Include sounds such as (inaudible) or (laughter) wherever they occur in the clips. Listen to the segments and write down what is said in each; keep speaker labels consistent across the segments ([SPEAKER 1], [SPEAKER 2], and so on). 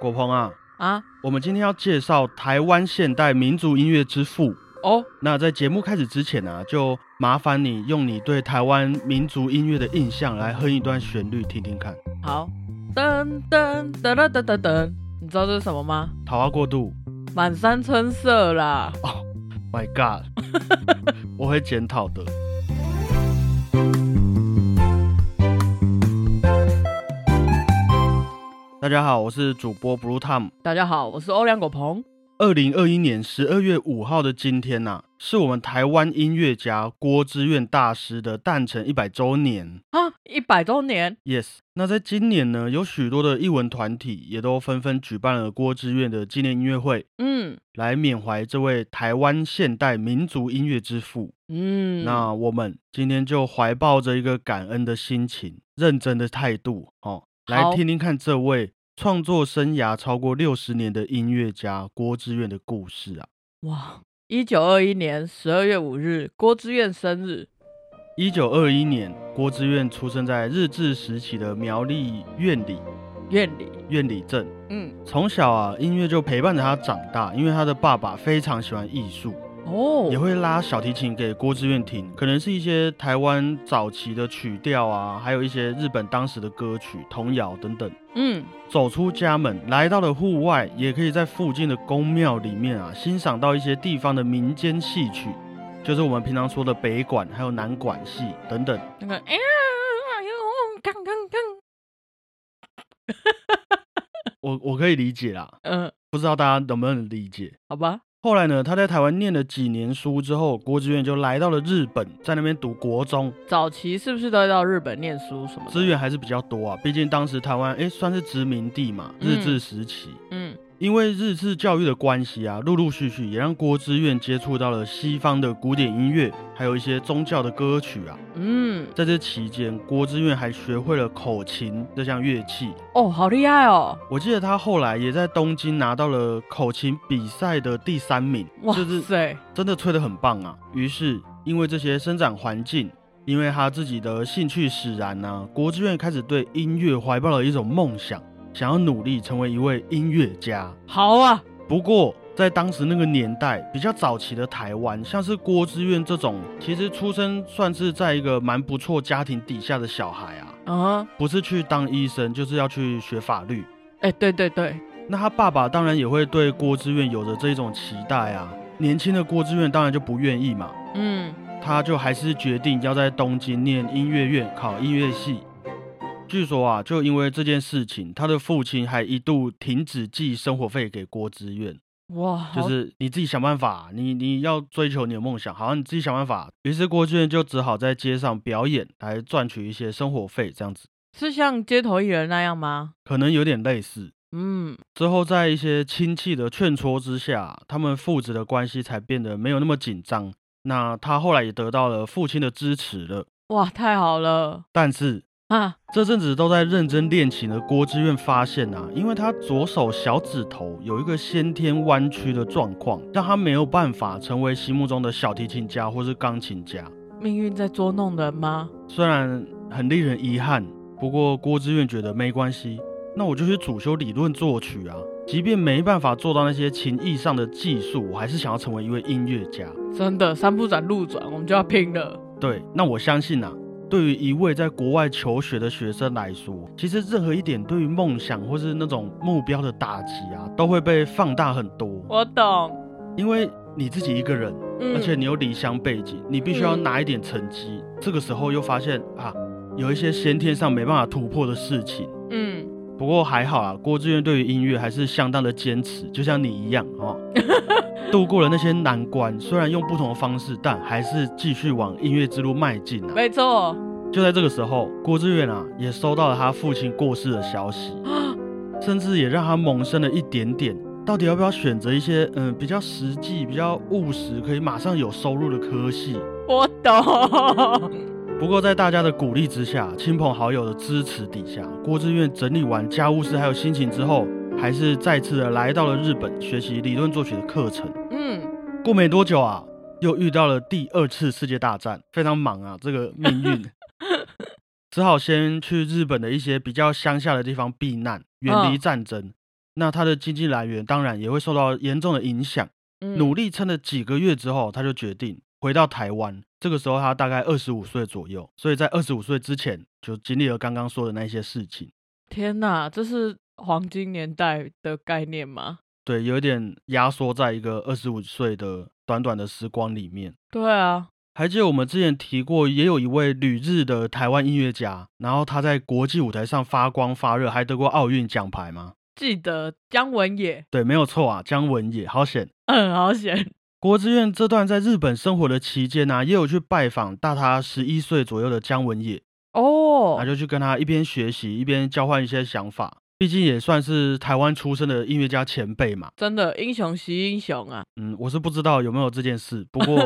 [SPEAKER 1] 果鹏啊，
[SPEAKER 2] 啊，
[SPEAKER 1] 我们今天要介绍台湾现代民族音乐之父。
[SPEAKER 2] 哦，
[SPEAKER 1] 那在节目开始之前啊，就麻烦你用你对台湾民族音乐的印象来哼一段旋律听听看。
[SPEAKER 2] 好，噔噔噔噔噔噔噔，你知道这是什么吗？
[SPEAKER 1] 桃花过渡
[SPEAKER 2] 满山春色啦。
[SPEAKER 1] 哦，My God，我会检讨的。大家好，我是主播 Blue Tom。
[SPEAKER 2] 大家好，我是欧良果鹏。
[SPEAKER 1] 二零二一年十二月五号的今天呐、是我们台湾音乐家郭志愿大师的诞辰一百周年。
[SPEAKER 2] 啊，一百周年
[SPEAKER 1] Yes，那在今年呢，有许多的艺文团体也都纷纷举办了郭志愿的纪念音乐会，
[SPEAKER 2] 嗯
[SPEAKER 1] 来缅怀这位台湾现代民族音乐之父。
[SPEAKER 2] 嗯，
[SPEAKER 1] 那我们今天就怀抱着一个感恩的心情、认真的态度，哦，来
[SPEAKER 2] 好
[SPEAKER 1] 听听看这位创作生涯超过六十年的音乐家郭志愿的故事啊。
[SPEAKER 2] 哇，一九二一年十二月五日，郭志愿生日。
[SPEAKER 1] 一九二一年，郭志愿出生在日治时期的苗栗苑里
[SPEAKER 2] 院里，
[SPEAKER 1] 苑里镇。
[SPEAKER 2] 嗯，
[SPEAKER 1] 从小啊，音乐就陪伴着他长大，因为他的爸爸非常喜欢艺术，
[SPEAKER 2] 哦
[SPEAKER 1] 也，会拉小提琴给郭志愿听，可能是一些台湾早期的曲调啊，还有一些日本当时的歌曲、童谣等等。
[SPEAKER 2] 嗯，
[SPEAKER 1] 走出家门，来到了户外，也可以在附近的宫庙里面啊，欣赏到一些地方的民间戏曲，就是我们平常说的北管还有南管戏等等。
[SPEAKER 2] 那个，哎呀，哎呦，刚刚刚，
[SPEAKER 1] 我我可以理解啦，
[SPEAKER 2] 嗯，
[SPEAKER 1] 不知道大家能不能理解。
[SPEAKER 2] 好吧，
[SPEAKER 1] 后来呢，他在台湾念了几年书之后，郭志远就来到了日本，在那边读国中，
[SPEAKER 2] 早期是不是都会到日本念书什么的？
[SPEAKER 1] 资源还是比较多啊。毕竟当时台湾诶算是殖民地嘛，
[SPEAKER 2] 嗯
[SPEAKER 1] 日治时期，
[SPEAKER 2] 嗯
[SPEAKER 1] 因为日治教育的关系啊，陆陆续续也让郭志远接触到了西方的古典音乐，还有一些宗教的歌曲啊。
[SPEAKER 2] 嗯，
[SPEAKER 1] 在这期间，郭志远还学会了口琴这项乐器。
[SPEAKER 2] 哦，好厉害哦，
[SPEAKER 1] 我记得他后来也在东京拿到了口琴比赛的第三名，
[SPEAKER 2] 哇
[SPEAKER 1] 就是
[SPEAKER 2] 塞，
[SPEAKER 1] 真的吹得很棒啊！于是因为这些生长环境，因为他自己的兴趣使然啊呢、郭志愿开始对音乐怀抱了一种梦想，想要努力成为一位音乐家。
[SPEAKER 2] 好啊，
[SPEAKER 1] 不过在当时那个年代，比较早期的台湾，像是郭志愿这种，其实出生算是在一个蛮不错家庭底下的小孩啊，
[SPEAKER 2] 啊，
[SPEAKER 1] 不是去当医生，就是要去学法律。
[SPEAKER 2] 哎，对对对，
[SPEAKER 1] 那他爸爸当然也会对郭志愿有着这种期待啊。年轻的郭志愿当然就不愿意嘛，
[SPEAKER 2] 嗯，
[SPEAKER 1] 他就还是决定要在东京念音乐院，考音乐系。据说啊，就因为这件事情，他的父亲还一度停止寄生活费给郭志愿，
[SPEAKER 2] 哇，好
[SPEAKER 1] 就是你自己想办法，你你要追求你的梦想，好，你自己想办法。于是郭志愿就只好在街上表演来赚取一些生活费，这样子
[SPEAKER 2] 是像街头艺人那样吗？
[SPEAKER 1] 可能有点类似。
[SPEAKER 2] 嗯，
[SPEAKER 1] 之后，在一些亲戚的劝说之下，他们父子的关系才变得没有那么紧张。那他后来也得到了父亲的支持了，
[SPEAKER 2] 哇，太好了
[SPEAKER 1] 但是
[SPEAKER 2] 啊，
[SPEAKER 1] 这阵子都在认真练琴的郭志愿发现啊，因为他左手小指头有一个先天弯曲的状况，让他没有办法成为心目中的小提琴家或是钢琴家。
[SPEAKER 2] 命运在捉弄人吗？
[SPEAKER 1] 虽然很令人遗憾，不过郭志愿觉得没关系，那我就去主修理论作曲啊。即便没办法做到那些琴艺上的技术，我还是想要成为一位音乐家。
[SPEAKER 2] 真的，三不转路转，我们就要拼了。
[SPEAKER 1] 对，那我相信啊，对于一位在国外求学的学生来说，其实任何一点对于梦想或是那种目标的打击啊，都会被放大很多，
[SPEAKER 2] 我懂，
[SPEAKER 1] 因为你自己一个人，
[SPEAKER 2] 嗯，
[SPEAKER 1] 而且你有离乡背景，你必须要拿一点成绩。这个时候又发现啊，有一些先天上没办法突破的事情。
[SPEAKER 2] 嗯，
[SPEAKER 1] 不过还好啊，郭志愿对于音乐还是相当的坚持，就像你一样哦，度过了那些难关。虽然用不同的方式，但还是继续往音乐之路迈进啊。
[SPEAKER 2] 没错，
[SPEAKER 1] 就在这个时候，郭志远啊也收到了他父亲过世的消息，甚至也让他萌生了一点点，到底要不要选择一些嗯比较实际、比较务实、可以马上有收入的科系。
[SPEAKER 2] 我
[SPEAKER 1] (laughs)
[SPEAKER 2] 懂，
[SPEAKER 1] 不过在大家的鼓励之下，亲朋好友的支持底下，郭志愿整理完家务事还有心情之后，还是再次的来到了日本学习理论作曲的课程。
[SPEAKER 2] 嗯，
[SPEAKER 1] 过没多久啊，又遇到了第二次世界大战，非常忙啊，这个命
[SPEAKER 2] (laughs)
[SPEAKER 1] 运，只好先去日本的一些比较乡下的地方避难，远离
[SPEAKER 2] 嗯
[SPEAKER 1] 战争。那他的经济来源当然也会受到严重的影响。努
[SPEAKER 2] 嗯，
[SPEAKER 1] 力撑了几个月之后，他就决定回到台湾。这个时候他大概二十五岁左右，所以在二十五岁之前就经历了刚刚说的那些事情。
[SPEAKER 2] 天哪，这是黄金年代的概念吗？
[SPEAKER 1] 对，有一点压缩在一个二十五岁的短短的时光里面。
[SPEAKER 2] 对啊，
[SPEAKER 1] 还记得我们之前提过，也有一位旅日的台湾音乐家，然后他在国际舞台上发光发热，还得过奥运奖牌吗？
[SPEAKER 2] 记得姜文也，
[SPEAKER 1] 对，没有错啊，姜文也好险。
[SPEAKER 2] 嗯，好险，
[SPEAKER 1] 国之院这段在日本生活的期间呢、也有去拜访大他十一岁左右的姜文也，
[SPEAKER 2] 哦
[SPEAKER 1] 他，就去跟他一边学习一边交换一些想法。毕竟也算是台湾出身的音乐家前辈嘛，
[SPEAKER 2] 真的英雄惜英雄啊，
[SPEAKER 1] 嗯，我是不知道有没有这件事，不过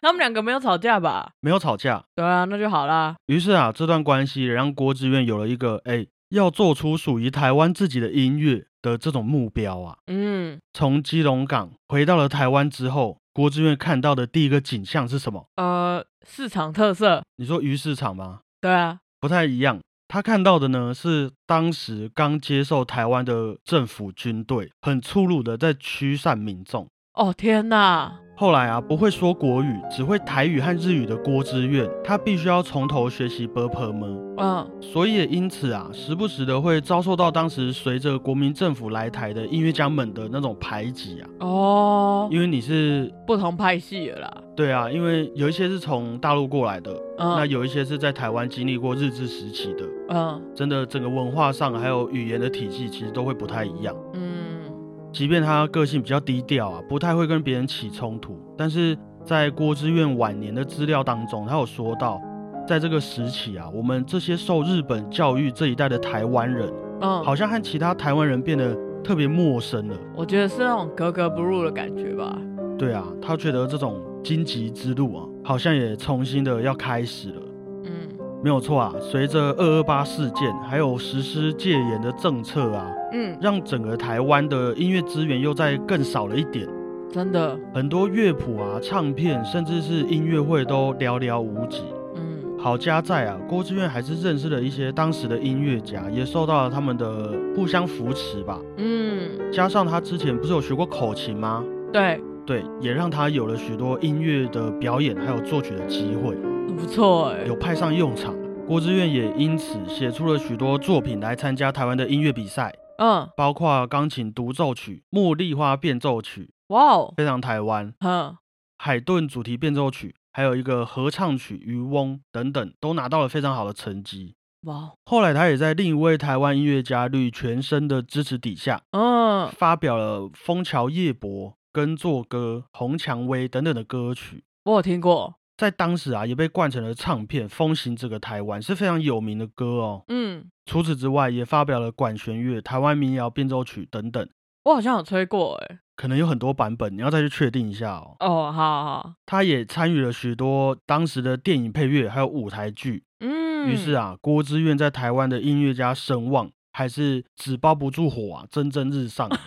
[SPEAKER 2] 他们两个没有吵架吧？
[SPEAKER 1] 没有吵架。
[SPEAKER 2] 对啊，那就好啦。
[SPEAKER 1] 于是啊，这段关系也让郭志远有了一个哎，要做出属于台湾自己的音乐的这种目标啊。
[SPEAKER 2] 嗯，
[SPEAKER 1] 从基隆港回到了台湾之后，郭志远看到的第一个景象是什么？
[SPEAKER 2] 呃，市场特色，
[SPEAKER 1] 你说鱼市场吗？
[SPEAKER 2] 对啊，
[SPEAKER 1] 不太一样。他看到的呢是当时刚接受台湾的政府军队，很粗鲁的在驱散民众。
[SPEAKER 2] 哦天哪，
[SPEAKER 1] 后来啊，不会说国语，只会台语和日语的郭之愿，他必须要从头学习 b u r p e
[SPEAKER 2] 嗯，
[SPEAKER 1] 所以也因此啊，时不时的会遭受到当时随着国民政府来台的音乐家们的那种排挤啊。
[SPEAKER 2] 哦，
[SPEAKER 1] 因为你是
[SPEAKER 2] 不同派系了啦，
[SPEAKER 1] 对啊，因为有一些是从大陆过来的，那
[SPEAKER 2] 嗯
[SPEAKER 1] 有一些是在台湾经历过日治时期的，
[SPEAKER 2] 嗯
[SPEAKER 1] 真的整个文化上还有语言的体系其实都会不太一样。
[SPEAKER 2] 嗯，
[SPEAKER 1] 即便他个性比较低调啊，不太会跟别人起冲突，但是在郭之愿晚年的资料当中，他有说到，在这个时期啊，我们这些受日本教育这一代的台湾人，
[SPEAKER 2] 嗯，
[SPEAKER 1] 好像和其他台湾人变得特别陌生了。
[SPEAKER 2] 我觉得是那种格格不入的感觉吧。
[SPEAKER 1] 对啊，他觉得这种荆棘之路啊，好像也重新的要开始了。
[SPEAKER 2] 嗯
[SPEAKER 1] 没有错啊，随着二二八事件，还有实施戒严的政策啊，
[SPEAKER 2] 嗯，
[SPEAKER 1] 让整个台湾的音乐资源又在更少了一点。
[SPEAKER 2] 真的，
[SPEAKER 1] 很多乐谱啊、唱片，甚至是音乐会都寥寥无几。
[SPEAKER 2] 嗯
[SPEAKER 1] 好家在啊，郭志远还是认识了一些当时的音乐家，也受到了他们的互相扶持吧。
[SPEAKER 2] 嗯，
[SPEAKER 1] 加上他之前不是有学过口琴吗？
[SPEAKER 2] 对，
[SPEAKER 1] 对，也让他有了许多音乐的表演还有作曲的机会，
[SPEAKER 2] 不错哎、
[SPEAKER 1] 有派上用场。郭志远也因此写出了许多作品来参加台湾的音乐比赛，
[SPEAKER 2] 嗯，
[SPEAKER 1] 包括钢琴独奏曲、茉莉花变奏曲，
[SPEAKER 2] 哇哦，
[SPEAKER 1] 非常台湾。
[SPEAKER 2] 嗯，
[SPEAKER 1] 海顿主题变奏曲，还有一个合唱曲《渔翁》等等，都拿到了非常好的成绩。
[SPEAKER 2] 哇哦，
[SPEAKER 1] 后来，他也在另一位台湾音乐家吕全生的支持底下，
[SPEAKER 2] 嗯，
[SPEAKER 1] 发表了《枫桥夜泊》《耕作歌》《红蔷薇》等等的歌曲，
[SPEAKER 2] 我有听过，
[SPEAKER 1] 在当时啊，也被灌成了唱片，风行整个台湾，是非常有名的歌哦。
[SPEAKER 2] 嗯，
[SPEAKER 1] 除此之外，也发表了管弦乐、台湾民谣变奏曲等等，
[SPEAKER 2] 我好像有吹过哎、
[SPEAKER 1] 可能有很多版本，你要再去确定一下哦。
[SPEAKER 2] 哦，好好，
[SPEAKER 1] 他也参与了许多当时的电影配乐，还有舞台剧。
[SPEAKER 2] 嗯，
[SPEAKER 1] 于是啊，郭之愿在台湾的音乐家声望还是纸包不住火啊，蒸蒸日上啊。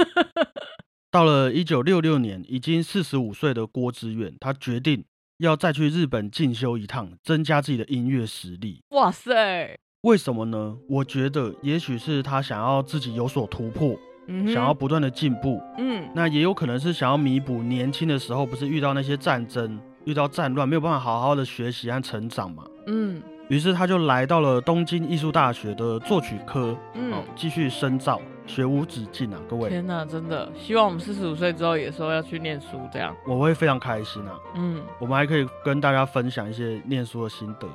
[SPEAKER 1] 到了一九六六年，已经四十五岁的郭之愿，他决定要再去日本进修一趟，增加自己的音乐实力。
[SPEAKER 2] 嗯哇塞，
[SPEAKER 1] 为什么呢？我觉得也许是他想要自己有所突破，
[SPEAKER 2] 嗯哼
[SPEAKER 1] 想要不断的进步。
[SPEAKER 2] 嗯
[SPEAKER 1] 那也有可能是想要弥补年轻的时候不是遇到那些战争、遇到战乱，没有办法好好的学习和成长嘛。
[SPEAKER 2] 嗯
[SPEAKER 1] 于是他就来到了东京艺术大学的作曲科，
[SPEAKER 2] 嗯
[SPEAKER 1] 哦，继续深造，学无止境啊，各位，
[SPEAKER 2] 天哪，真的，希望我们四十五岁之后也说要去念书这样。
[SPEAKER 1] 我会非常开心啊。
[SPEAKER 2] 嗯，
[SPEAKER 1] 我们还可以跟大家分享一些念书的心得。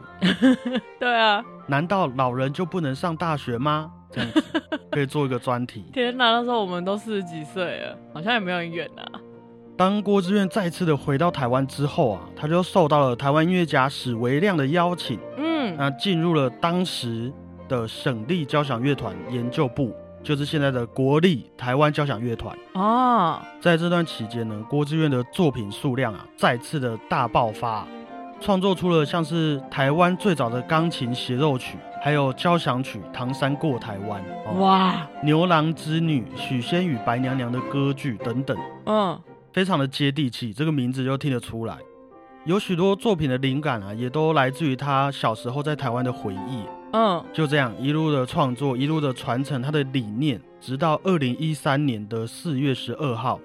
[SPEAKER 2] 对啊，
[SPEAKER 1] 难道老人就不能上大学吗？这样
[SPEAKER 2] (laughs)
[SPEAKER 1] 子可以做一个专题。
[SPEAKER 2] 天哪，那时候我们都四十几岁了，好像也没有很远啊。
[SPEAKER 1] 当郭志愿再次的回到台湾之后啊，他就受到了台湾音乐家史维亮的邀请，
[SPEAKER 2] 嗯
[SPEAKER 1] 那进入了当时的省立交响乐团研究部，就是现在的国立台湾交响乐团。
[SPEAKER 2] 啊，
[SPEAKER 1] 在这段期间呢，郭志愿的作品数量啊再次的大爆发，创作出了像是台湾最早的钢琴协奏曲，还有交响曲《唐山过台湾》、哦
[SPEAKER 2] 哇，
[SPEAKER 1] 《牛郎织女》、《许仙与白娘娘》的歌剧等等，
[SPEAKER 2] 嗯
[SPEAKER 1] 非常的接地气，这个名字就听得出来。有许多作品的灵感啊，也都来自于他小时候在台湾的回忆。
[SPEAKER 2] 嗯，
[SPEAKER 1] 就这样一路的创作，一路的传承他的理念，直到二零一三年的四月十二号，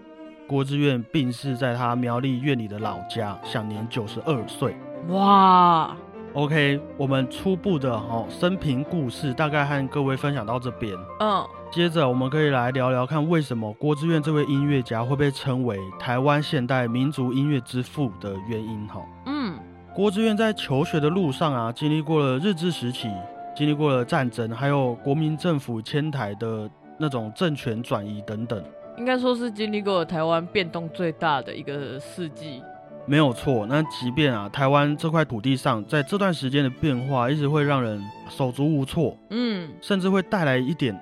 [SPEAKER 1] 郭志远病逝在他苗栗院里的老家，享年九十二岁。
[SPEAKER 2] 哇，
[SPEAKER 1] OK，我们初步的哈、哦、生平故事大概和各位分享到这边。
[SPEAKER 2] 嗯，
[SPEAKER 1] 接着，我们可以来聊聊看，为什么郭志远这位音乐家会被称为台湾现代民族音乐之父的原因哈。
[SPEAKER 2] 嗯，
[SPEAKER 1] 郭志远在求学的路上啊，经历过了日治时期，经历过了战争，还有国民政府迁台的那种政权转移等等，
[SPEAKER 2] 应该说是经历过台湾变动最大的一个世纪。
[SPEAKER 1] 没有错。那即便啊，台湾这块土地上在这段时间的变化，一直会让人手足无措，
[SPEAKER 2] 嗯，
[SPEAKER 1] 甚至会带来一点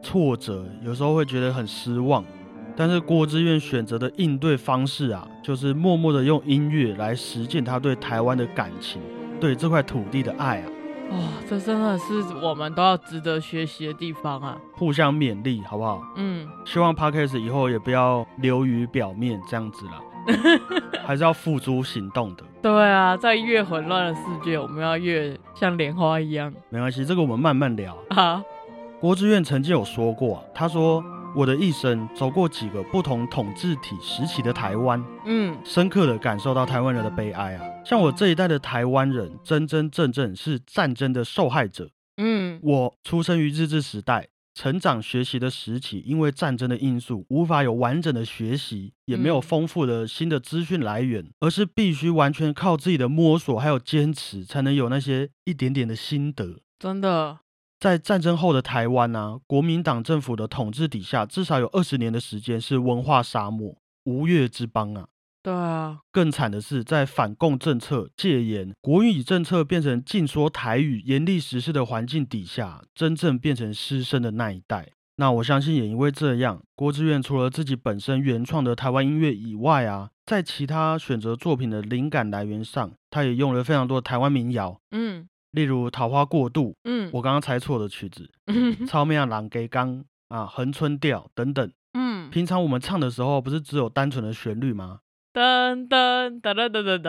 [SPEAKER 1] 嘖挫折，有时候会觉得很失望。但是郭志远选择的应对方式啊，就是默默的用音乐来实践他对台湾的感情，对这块土地的爱啊，
[SPEAKER 2] 哇、这真的是我们都要值得学习的地方啊。
[SPEAKER 1] 互相勉励，好不好？
[SPEAKER 2] 嗯，
[SPEAKER 1] 希望 Podcast 以后也不要流于表面这样子啦，还是要付诸行动的。
[SPEAKER 2] 对啊，在越混乱的世界，我们要越像莲花一样
[SPEAKER 1] 没关系，这个我们慢慢聊。
[SPEAKER 2] 啊。
[SPEAKER 1] 郭志远曾经有说过、啊，他说：“我的一生走过几个不同统治体时期的台湾，
[SPEAKER 2] 嗯，
[SPEAKER 1] 深刻的感受到台湾人的悲哀啊！像我这一代的台湾人，真真正正是战争的受害者。
[SPEAKER 2] 嗯，
[SPEAKER 1] 我出生于日治时代，成长学习的时期，因为战争的因素，无法有完整的学习，也没有
[SPEAKER 2] 嗯
[SPEAKER 1] 丰富的新的资讯来源，而是必须完全靠自己的摸索还有坚持，才能有那些一点点的心得。
[SPEAKER 2] 真的，
[SPEAKER 1] 在战争后的台湾啊，国民党政府的统治底下，至少有二十年的时间是文化沙漠、吴越之邦啊。
[SPEAKER 2] 对啊，
[SPEAKER 1] 更惨的是，在反共政策、戒严、国语政策变成禁说台语、严厉实施的环境底下，真正变成师生的那一代。那我相信也因为这样，郭志远除了自己本身原创的台湾音乐以外啊，在其他选择作品的灵感来源上，他也用了非常多的台湾民谣，
[SPEAKER 2] 嗯
[SPEAKER 1] 例如《桃花过渡》，
[SPEAKER 2] 嗯，
[SPEAKER 1] 我刚刚猜错的曲子，《
[SPEAKER 2] 嗯
[SPEAKER 1] 超面郎给刚》啊，《恒春调》等等。
[SPEAKER 2] 嗯，
[SPEAKER 1] 平常我们唱的时候，不是只有单纯的旋律吗？
[SPEAKER 2] 噔噔噔噔噔噔噔，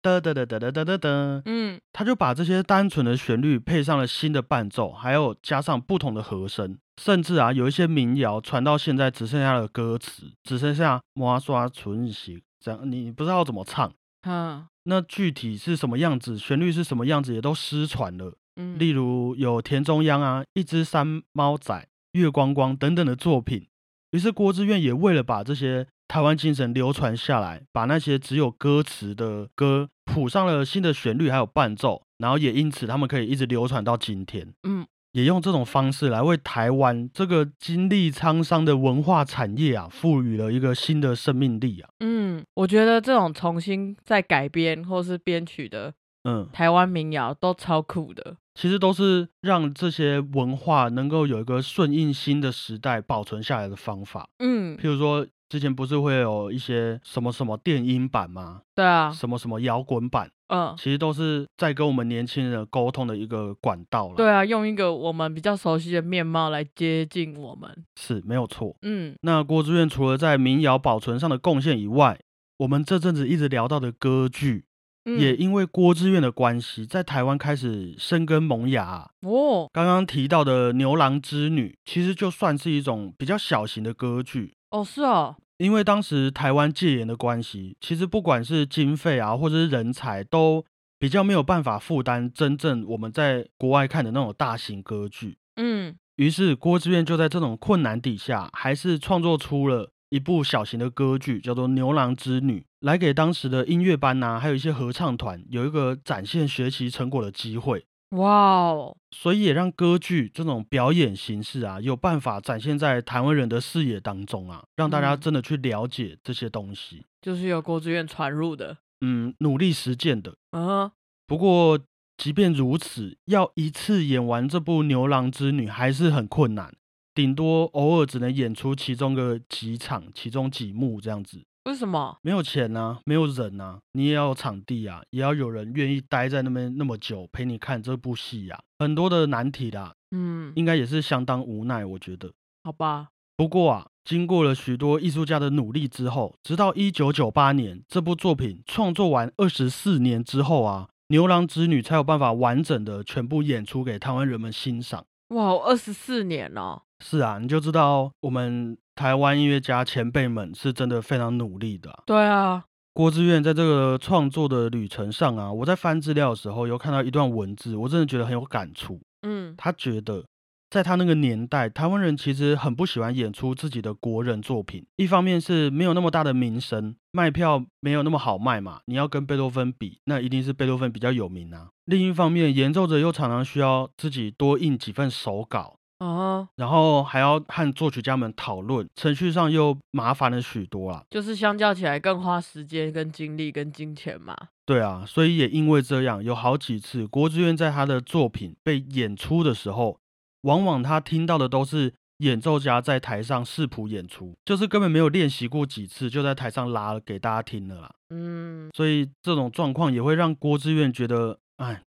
[SPEAKER 1] 哒哒哒哒哒哒哒哒，
[SPEAKER 2] 嗯
[SPEAKER 1] 他就把这些单纯的旋律配上了新的伴奏，还有加上不同的和声，甚至啊有一些民谣传到现在只剩下了歌词，只剩下摩刷纯喜这样，你不知道怎么唱。
[SPEAKER 2] 哈
[SPEAKER 1] 那具体是什么样子，旋律是什么样子，也都失传了。
[SPEAKER 2] 嗯，
[SPEAKER 1] 例如有田中央啊、一只山猫仔、月光光等等的作品。于是郭志远也为了把这些台湾精神流传下来，把那些只有歌词的歌谱上了新的旋律还有伴奏，然后也因此他们可以一直流传到今天。
[SPEAKER 2] 嗯，
[SPEAKER 1] 也用这种方式来为台湾这个经历沧桑的文化产业啊，赋予了一个新的生命力啊。
[SPEAKER 2] 嗯，我觉得这种重新再改编或是编曲的
[SPEAKER 1] 嗯，
[SPEAKER 2] 台湾民谣都超酷的。
[SPEAKER 1] 其实都是让这些文化能够有一个顺应新的时代保存下来的方法。
[SPEAKER 2] 嗯，
[SPEAKER 1] 譬如说，之前不是会有一些什么什么电音版吗？
[SPEAKER 2] 对啊，
[SPEAKER 1] 什么什么摇滚版，
[SPEAKER 2] 嗯，
[SPEAKER 1] 其实都是在跟我们年轻人沟通的一个管道了。
[SPEAKER 2] 对，啊，用一个我们比较熟悉的面貌来接近我们。
[SPEAKER 1] 是没有错。
[SPEAKER 2] 嗯
[SPEAKER 1] 那郭志远除了在民谣保存上的贡献以外，我们这阵子一直聊到的歌剧，
[SPEAKER 2] 嗯，
[SPEAKER 1] 也因为郭志远的关系，在台湾开始生根萌芽啊、
[SPEAKER 2] 哦，
[SPEAKER 1] 刚刚提到的《牛郎织女》，其实就算是一种比较小型的歌剧，
[SPEAKER 2] 哦是哦，
[SPEAKER 1] 因为当时台湾戒严的关系，其实不管是经费啊，或者是人才，都比较没有办法负担真正我们在国外看的那种大型歌剧。
[SPEAKER 2] 嗯
[SPEAKER 1] 于是郭志远就在这种困难底下，还是创作出了一部小型的歌剧，叫做《牛郎织女》，来给当时的音乐班啊呐、还有一些合唱团有一个展现学习成果的机会。
[SPEAKER 2] 哇哦，
[SPEAKER 1] 所以也让歌剧这种表演形式啊，有办法展现在台湾人的视野当中啊，让大家
[SPEAKER 2] 嗯
[SPEAKER 1] 真的去了解这些东西，
[SPEAKER 2] 就是由国志院传入的。
[SPEAKER 1] 嗯，努力实践的。
[SPEAKER 2] 嗯
[SPEAKER 1] 不过，即便如此，要一次演完这部《牛郎织女》还是很困难，顶多偶尔只能演出其中个几场、其中几幕这样子。
[SPEAKER 2] 为什么？
[SPEAKER 1] 没有钱啊，没有人啊，你也要有场地啊，也要有人愿意待在那边那么久陪你看这部戏啊，很多的难题啦，
[SPEAKER 2] 嗯，
[SPEAKER 1] 应该也是相当无奈，我觉得。
[SPEAKER 2] 好吧，
[SPEAKER 1] 不过啊，经过了许多艺术家的努力之后，直到一九九八年这部作品创作完二十四年之后啊，牛郎织女》才有办法完整的全部演出给台湾人们欣赏。
[SPEAKER 2] 哇，二十四年哦，
[SPEAKER 1] 是啊，你就知道我们台湾音乐家前辈们是真的非常努力的啊、
[SPEAKER 2] 对啊，
[SPEAKER 1] 郭志远在这个创作的旅程上啊，我在翻资料的时候有看到一段文字，我真的觉得很有感触。
[SPEAKER 2] 嗯，
[SPEAKER 1] 他觉得，在他那个年代，台湾人其实很不喜欢演出自己的国人作品，一方面是没有那么大的名声，卖票没有那么好卖嘛，你要跟贝多芬比，那一定是贝多芬比较有名啊。另一方面，演奏者又常常需要自己多印几份手稿，
[SPEAKER 2] 哦，
[SPEAKER 1] 然后还要和作曲家们讨论，程序上又麻烦了许多啊啦。
[SPEAKER 2] 就是相较起来更花时间、跟精力、跟金钱嘛。
[SPEAKER 1] 对啊，所以也因为这样，有好几次郭志远在他的作品被演出的时候，往往他听到的都是演奏家在台上视谱演出，就是根本没有练习过几次，就在台上拉了给大家听了啦。
[SPEAKER 2] 嗯，
[SPEAKER 1] 所以这种状况也会让郭志远觉得，哎，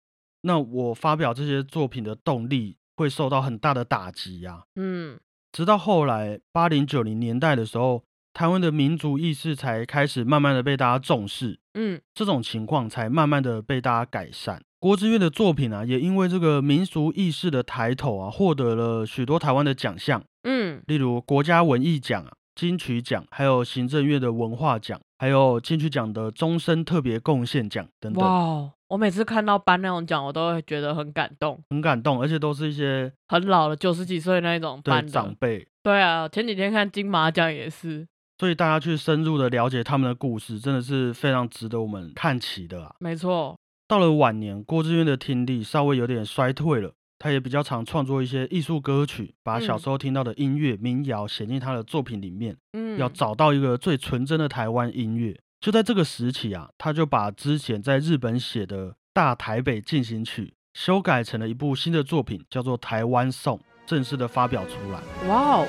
[SPEAKER 1] 那我发表这些作品的动力会受到很大的打击呀、
[SPEAKER 2] 嗯，
[SPEAKER 1] 直到后来八零九零年代的时候，台湾的民族意识才开始慢慢的被大家重视，
[SPEAKER 2] 嗯，
[SPEAKER 1] 这种情况才慢慢的被大家改善。郭志远的作品啊，也因为这个民俗意识的抬头啊，获得了许多台湾的奖项，
[SPEAKER 2] 嗯，
[SPEAKER 1] 例如国家文艺奖啊、金曲奖，还有行政院的文化奖，还有金曲奖的终身特别贡献奖等
[SPEAKER 2] 哇
[SPEAKER 1] 等，
[SPEAKER 2] 哦，我每次看到颁那种奖，我都会觉得很感动。
[SPEAKER 1] 很感动，而且都是一些
[SPEAKER 2] 很老了，九十几岁那一种
[SPEAKER 1] 对
[SPEAKER 2] 颁
[SPEAKER 1] 长
[SPEAKER 2] 的。
[SPEAKER 1] 辈，
[SPEAKER 2] 对啊，前几天看金马奖也是，
[SPEAKER 1] 所以大家去深入的了解他们的故事，真的是非常值得我们看齐的啊。
[SPEAKER 2] 没错。
[SPEAKER 1] 到了晚年，郭志远的听力稍微有点衰退了，他也比较常创作一些艺术歌曲，把小
[SPEAKER 2] 嗯
[SPEAKER 1] 时候听到的音乐、民谣写进他的作品里面，
[SPEAKER 2] 嗯，
[SPEAKER 1] 要找到一个最纯真的台湾音乐。就在这个时期啊，他就把之前在日本写的《大台北进行曲》修改成了一部新的作品，叫做《台湾颂》，正式的发表出来。
[SPEAKER 2] 哇哦，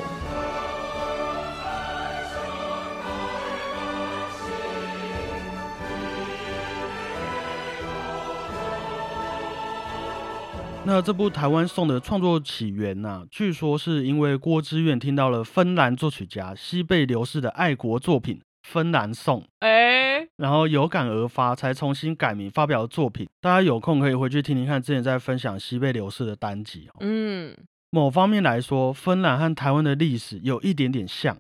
[SPEAKER 1] 那这部《台湾颂》的创作起源呢、据说是因为郭志远听到了芬兰作曲家西贝流士的爱国作品《芬兰颂》，
[SPEAKER 2] 哎、
[SPEAKER 1] 然后有感而发，才重新改名发表的作品。大家有空可以回去听听看，之前在分享西贝流士的单集、哦。
[SPEAKER 2] 嗯，
[SPEAKER 1] 某方面来说，芬兰和台湾的历史有一点点像。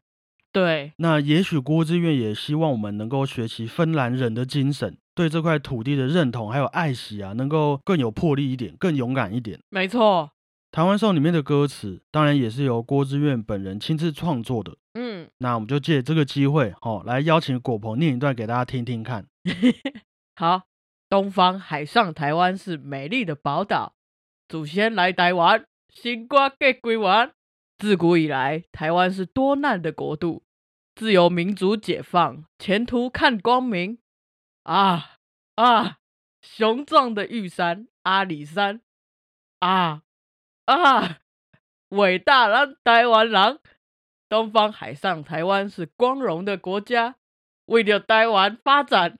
[SPEAKER 2] 对，
[SPEAKER 1] 那也许郭志远也希望我们能够学习芬兰人的精神，对这块土地的认同还有爱惜啊，能够更有魄力一点，更勇敢一点。
[SPEAKER 2] 没错。
[SPEAKER 1] 台湾颂里面的歌词，当然也是由郭志远本人亲自创作的。
[SPEAKER 2] 嗯，
[SPEAKER 1] 那我们就借这个机会，哦，来邀请果鹏念一段给大家听听看。
[SPEAKER 2] (laughs) 好。东方海上台湾是美丽的宝岛，祖先来台湾，新瓜给归完。自古以来，台湾是多难的国度，自由民主解放，前途看光明。啊啊！雄壮的玉山阿里山，啊啊！伟大的台湾人，东方海上台湾是光荣的国家，为了台湾发展，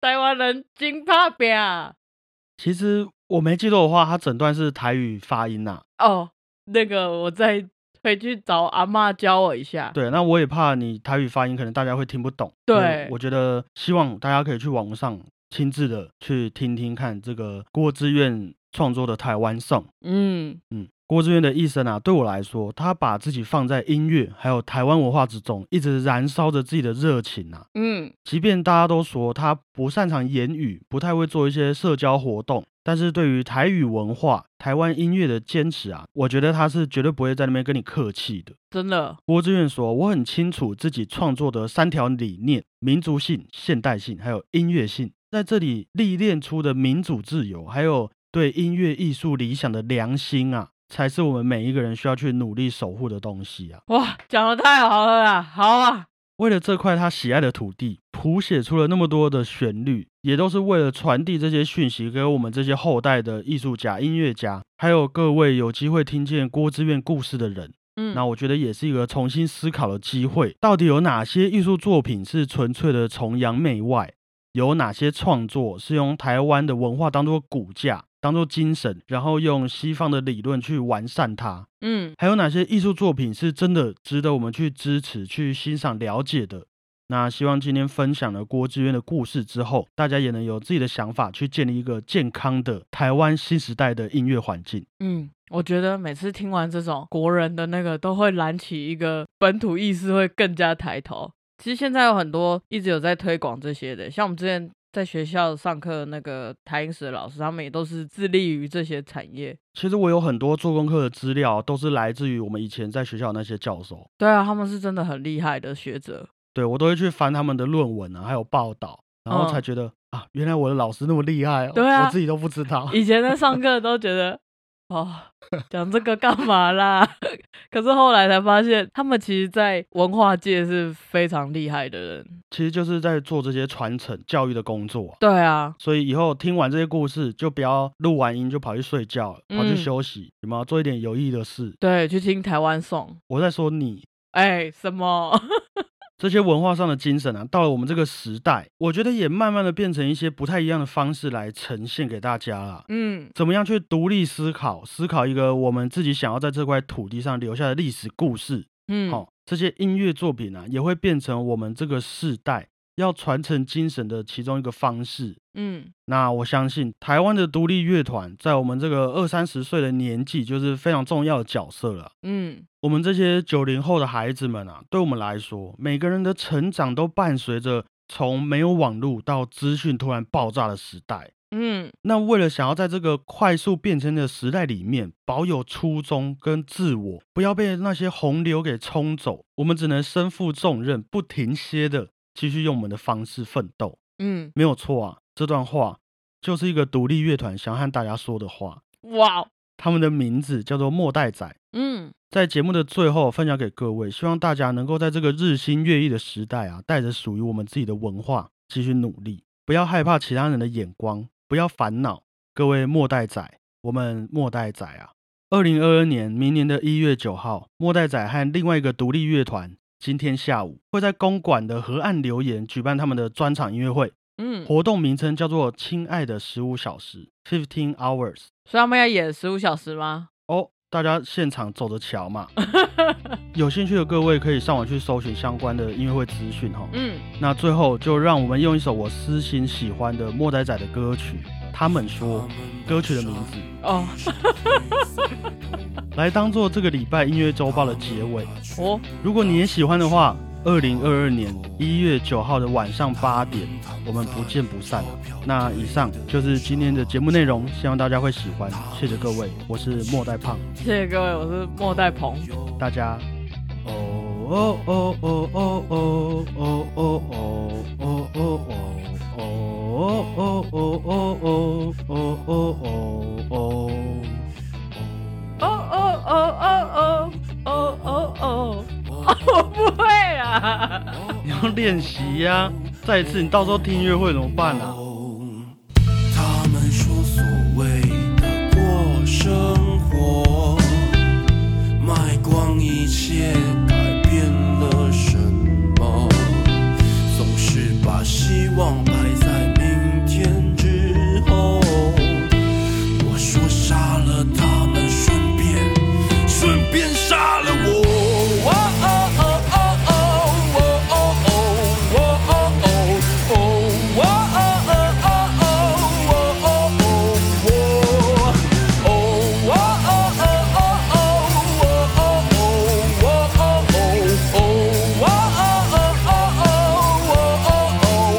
[SPEAKER 2] 台湾人真打拼。
[SPEAKER 1] 其实我没记错的话，它整段是台语发音呐、
[SPEAKER 2] 哦，那个我再回去找阿嬷教我一下。
[SPEAKER 1] 对，那我也怕你台语发音，可能大家会听不懂。
[SPEAKER 2] 对
[SPEAKER 1] 所以我觉得希望大家可以去网上亲自的去听听看这个郭志远创作的《台湾颂》。
[SPEAKER 2] 嗯，
[SPEAKER 1] 嗯，郭志远的一生啊，对我来说，他把自己放在音乐还有台湾文化之中，一直燃烧着自己的热情啊。
[SPEAKER 2] 嗯
[SPEAKER 1] 即便大家都说他不擅长言语，不太会做一些社交活动，但是对于台语文化、台湾音乐的坚持啊，我觉得他是绝对不会在那边跟你客气的。
[SPEAKER 2] 真的，
[SPEAKER 1] 郭志远说：“我很清楚自己创作的三条理念：民族性、现代性，还有音乐性。在这里历练出的民主自由，还有对音乐艺术理想的良心啊，才是我们每一个人需要去努力守护的东西啊。”
[SPEAKER 2] 哇，讲的太好了啦，好啊，
[SPEAKER 1] 为了这块他喜爱的土地，谱写出了那么多的旋律，也都是为了传递这些讯息给我们这些后代的艺术家、音乐家，还有各位有机会听见郭志远故事的人。
[SPEAKER 2] 嗯，
[SPEAKER 1] 那我觉得也是一个重新思考的机会，到底有哪些艺术作品是纯粹的崇洋媚外，有哪些创作是用台湾的文化当做骨架、当做精神，然后用西方的理论去完善它。
[SPEAKER 2] 嗯
[SPEAKER 1] 还有哪些艺术作品是真的值得我们去支持、去欣赏、了解的？那希望今天分享了郭志渊的故事之后，大家也能有自己的想法，去建立一个健康的台湾新时代的音乐环境。
[SPEAKER 2] 嗯，我觉得每次听完这种国人的那个，都会燃起一个本土意识，会更加抬头。其实现在有很多一直有在推广这些的，像我们之前在学校上课那个台音史的老师，他们也都是致力于这些产业。
[SPEAKER 1] 其实我有很多做功课的资料，都是来自于我们以前在学校的那些教授，
[SPEAKER 2] 对啊，他们是真的很厉害的学者。
[SPEAKER 1] 对我都会去翻他们的论文啊，还有报道，然后
[SPEAKER 2] 嗯
[SPEAKER 1] 才觉得、啊，原来我的老师那么厉害、哦，
[SPEAKER 2] 对啊
[SPEAKER 1] 我自己都不知道。
[SPEAKER 2] 以前在上课都觉得，哦，讲这个干嘛啦？ (laughs) 可是后来才发现，他们其实，在文化界是非常厉害的人。
[SPEAKER 1] (laughs) 其实就是在做这些传承教育的工作啊、
[SPEAKER 2] 对啊，
[SPEAKER 1] 所以以后听完这些故事，就不要录完音就跑去睡觉了，跑去
[SPEAKER 2] 嗯
[SPEAKER 1] 休息，有没有做一点有意义的事？
[SPEAKER 2] 对，去听台湾颂。
[SPEAKER 1] 我在说你
[SPEAKER 2] 哎，什么？
[SPEAKER 1] 这些文化上的精神啊，到了我们这个时代，我觉得也慢慢的变成一些不太一样的方式来呈现给大家啦。
[SPEAKER 2] 嗯，
[SPEAKER 1] 怎么样去独立思考，思考一个我们自己想要在这块土地上留下的历史故事？
[SPEAKER 2] 嗯，
[SPEAKER 1] 好、这些音乐作品啊，也会变成我们这个世代要传承精神的其中一个方式。
[SPEAKER 2] 嗯，
[SPEAKER 1] 那我相信台湾的独立乐团在我们这个二三十岁的年纪，就是非常重要的角色了。
[SPEAKER 2] 嗯，
[SPEAKER 1] 我们这些九零后的孩子们啊，对我们来说，每个人的成长都伴随着从没有网络到资讯突然爆炸的时代。
[SPEAKER 2] 嗯，
[SPEAKER 1] 那为了想要在这个快速变迁的时代里面保有初衷跟自我，不要被那些洪流给冲走，我们只能身负重任，不停歇的继续用我们的方式奋斗。
[SPEAKER 2] 嗯，
[SPEAKER 1] 没有错啊，这段话就是一个独立乐团想和大家说的话。
[SPEAKER 2] 哇哦，
[SPEAKER 1] 他们的名字叫做末代仔，
[SPEAKER 2] 嗯，
[SPEAKER 1] 在节目的最后分享给各位，希望大家能够在这个日新月异的时代啊，带着属于我们自己的文化继续努力，不要害怕其他人的眼光，不要烦恼。各位末代仔，我们末代仔啊，二零二二年明年的一月九号，末代仔和另外一个独立乐团今天下午会在公馆的河岸留言举办他们的专场音乐会。
[SPEAKER 2] 嗯，
[SPEAKER 1] 活动名称叫做“亲爱的十五小时 ”（Fifteen Hours）。
[SPEAKER 2] 所以他们要演十五小时吗？
[SPEAKER 1] 哦，大家现场走着瞧
[SPEAKER 2] (laughs)
[SPEAKER 1] 嘛。有兴趣的各位可以上网去搜寻相关的音乐会资讯哈。
[SPEAKER 2] 嗯，
[SPEAKER 1] 那最后就让我们用一首我私心喜欢的莫仔仔的歌曲，他们说歌曲的名字，
[SPEAKER 2] 哦，
[SPEAKER 1] 来当做这个礼拜音乐周报的结尾。
[SPEAKER 2] 哦，
[SPEAKER 1] 如果你也喜欢的话，二零二二年一月九号的晚上八点，我们不见不散。那以上就是今天的节目内容，希望大家会喜欢，谢谢各位，我是末代胖，
[SPEAKER 2] 谢谢各位，我是末代鹏，
[SPEAKER 1] 大家哦哦哦哦哦哦哦哦哦哦哦哦哦哦哦哦哦哦。
[SPEAKER 2] 哦哦哦哦哦哦哦哦，我不会啊，
[SPEAKER 1] 你要练习呀、再一次，你到时候听音乐会怎么办啊？
[SPEAKER 3] 他们说所谓的过生活，卖光一切，改变了什么？总是把希望摆在明天之后。我说杀了他们，顺便顺便杀了我。哦哦哦哦哦哦哦哦哦哦哦哦哦哦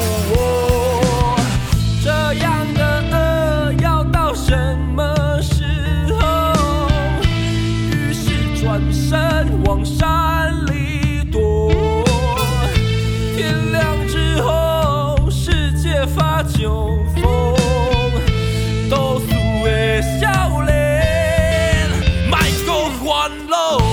[SPEAKER 3] 哦哦。这样的恶要到什么时候？于是转身往山里躲。天亮之后，世界发酒疯，都输的少年，卖讲烦恼。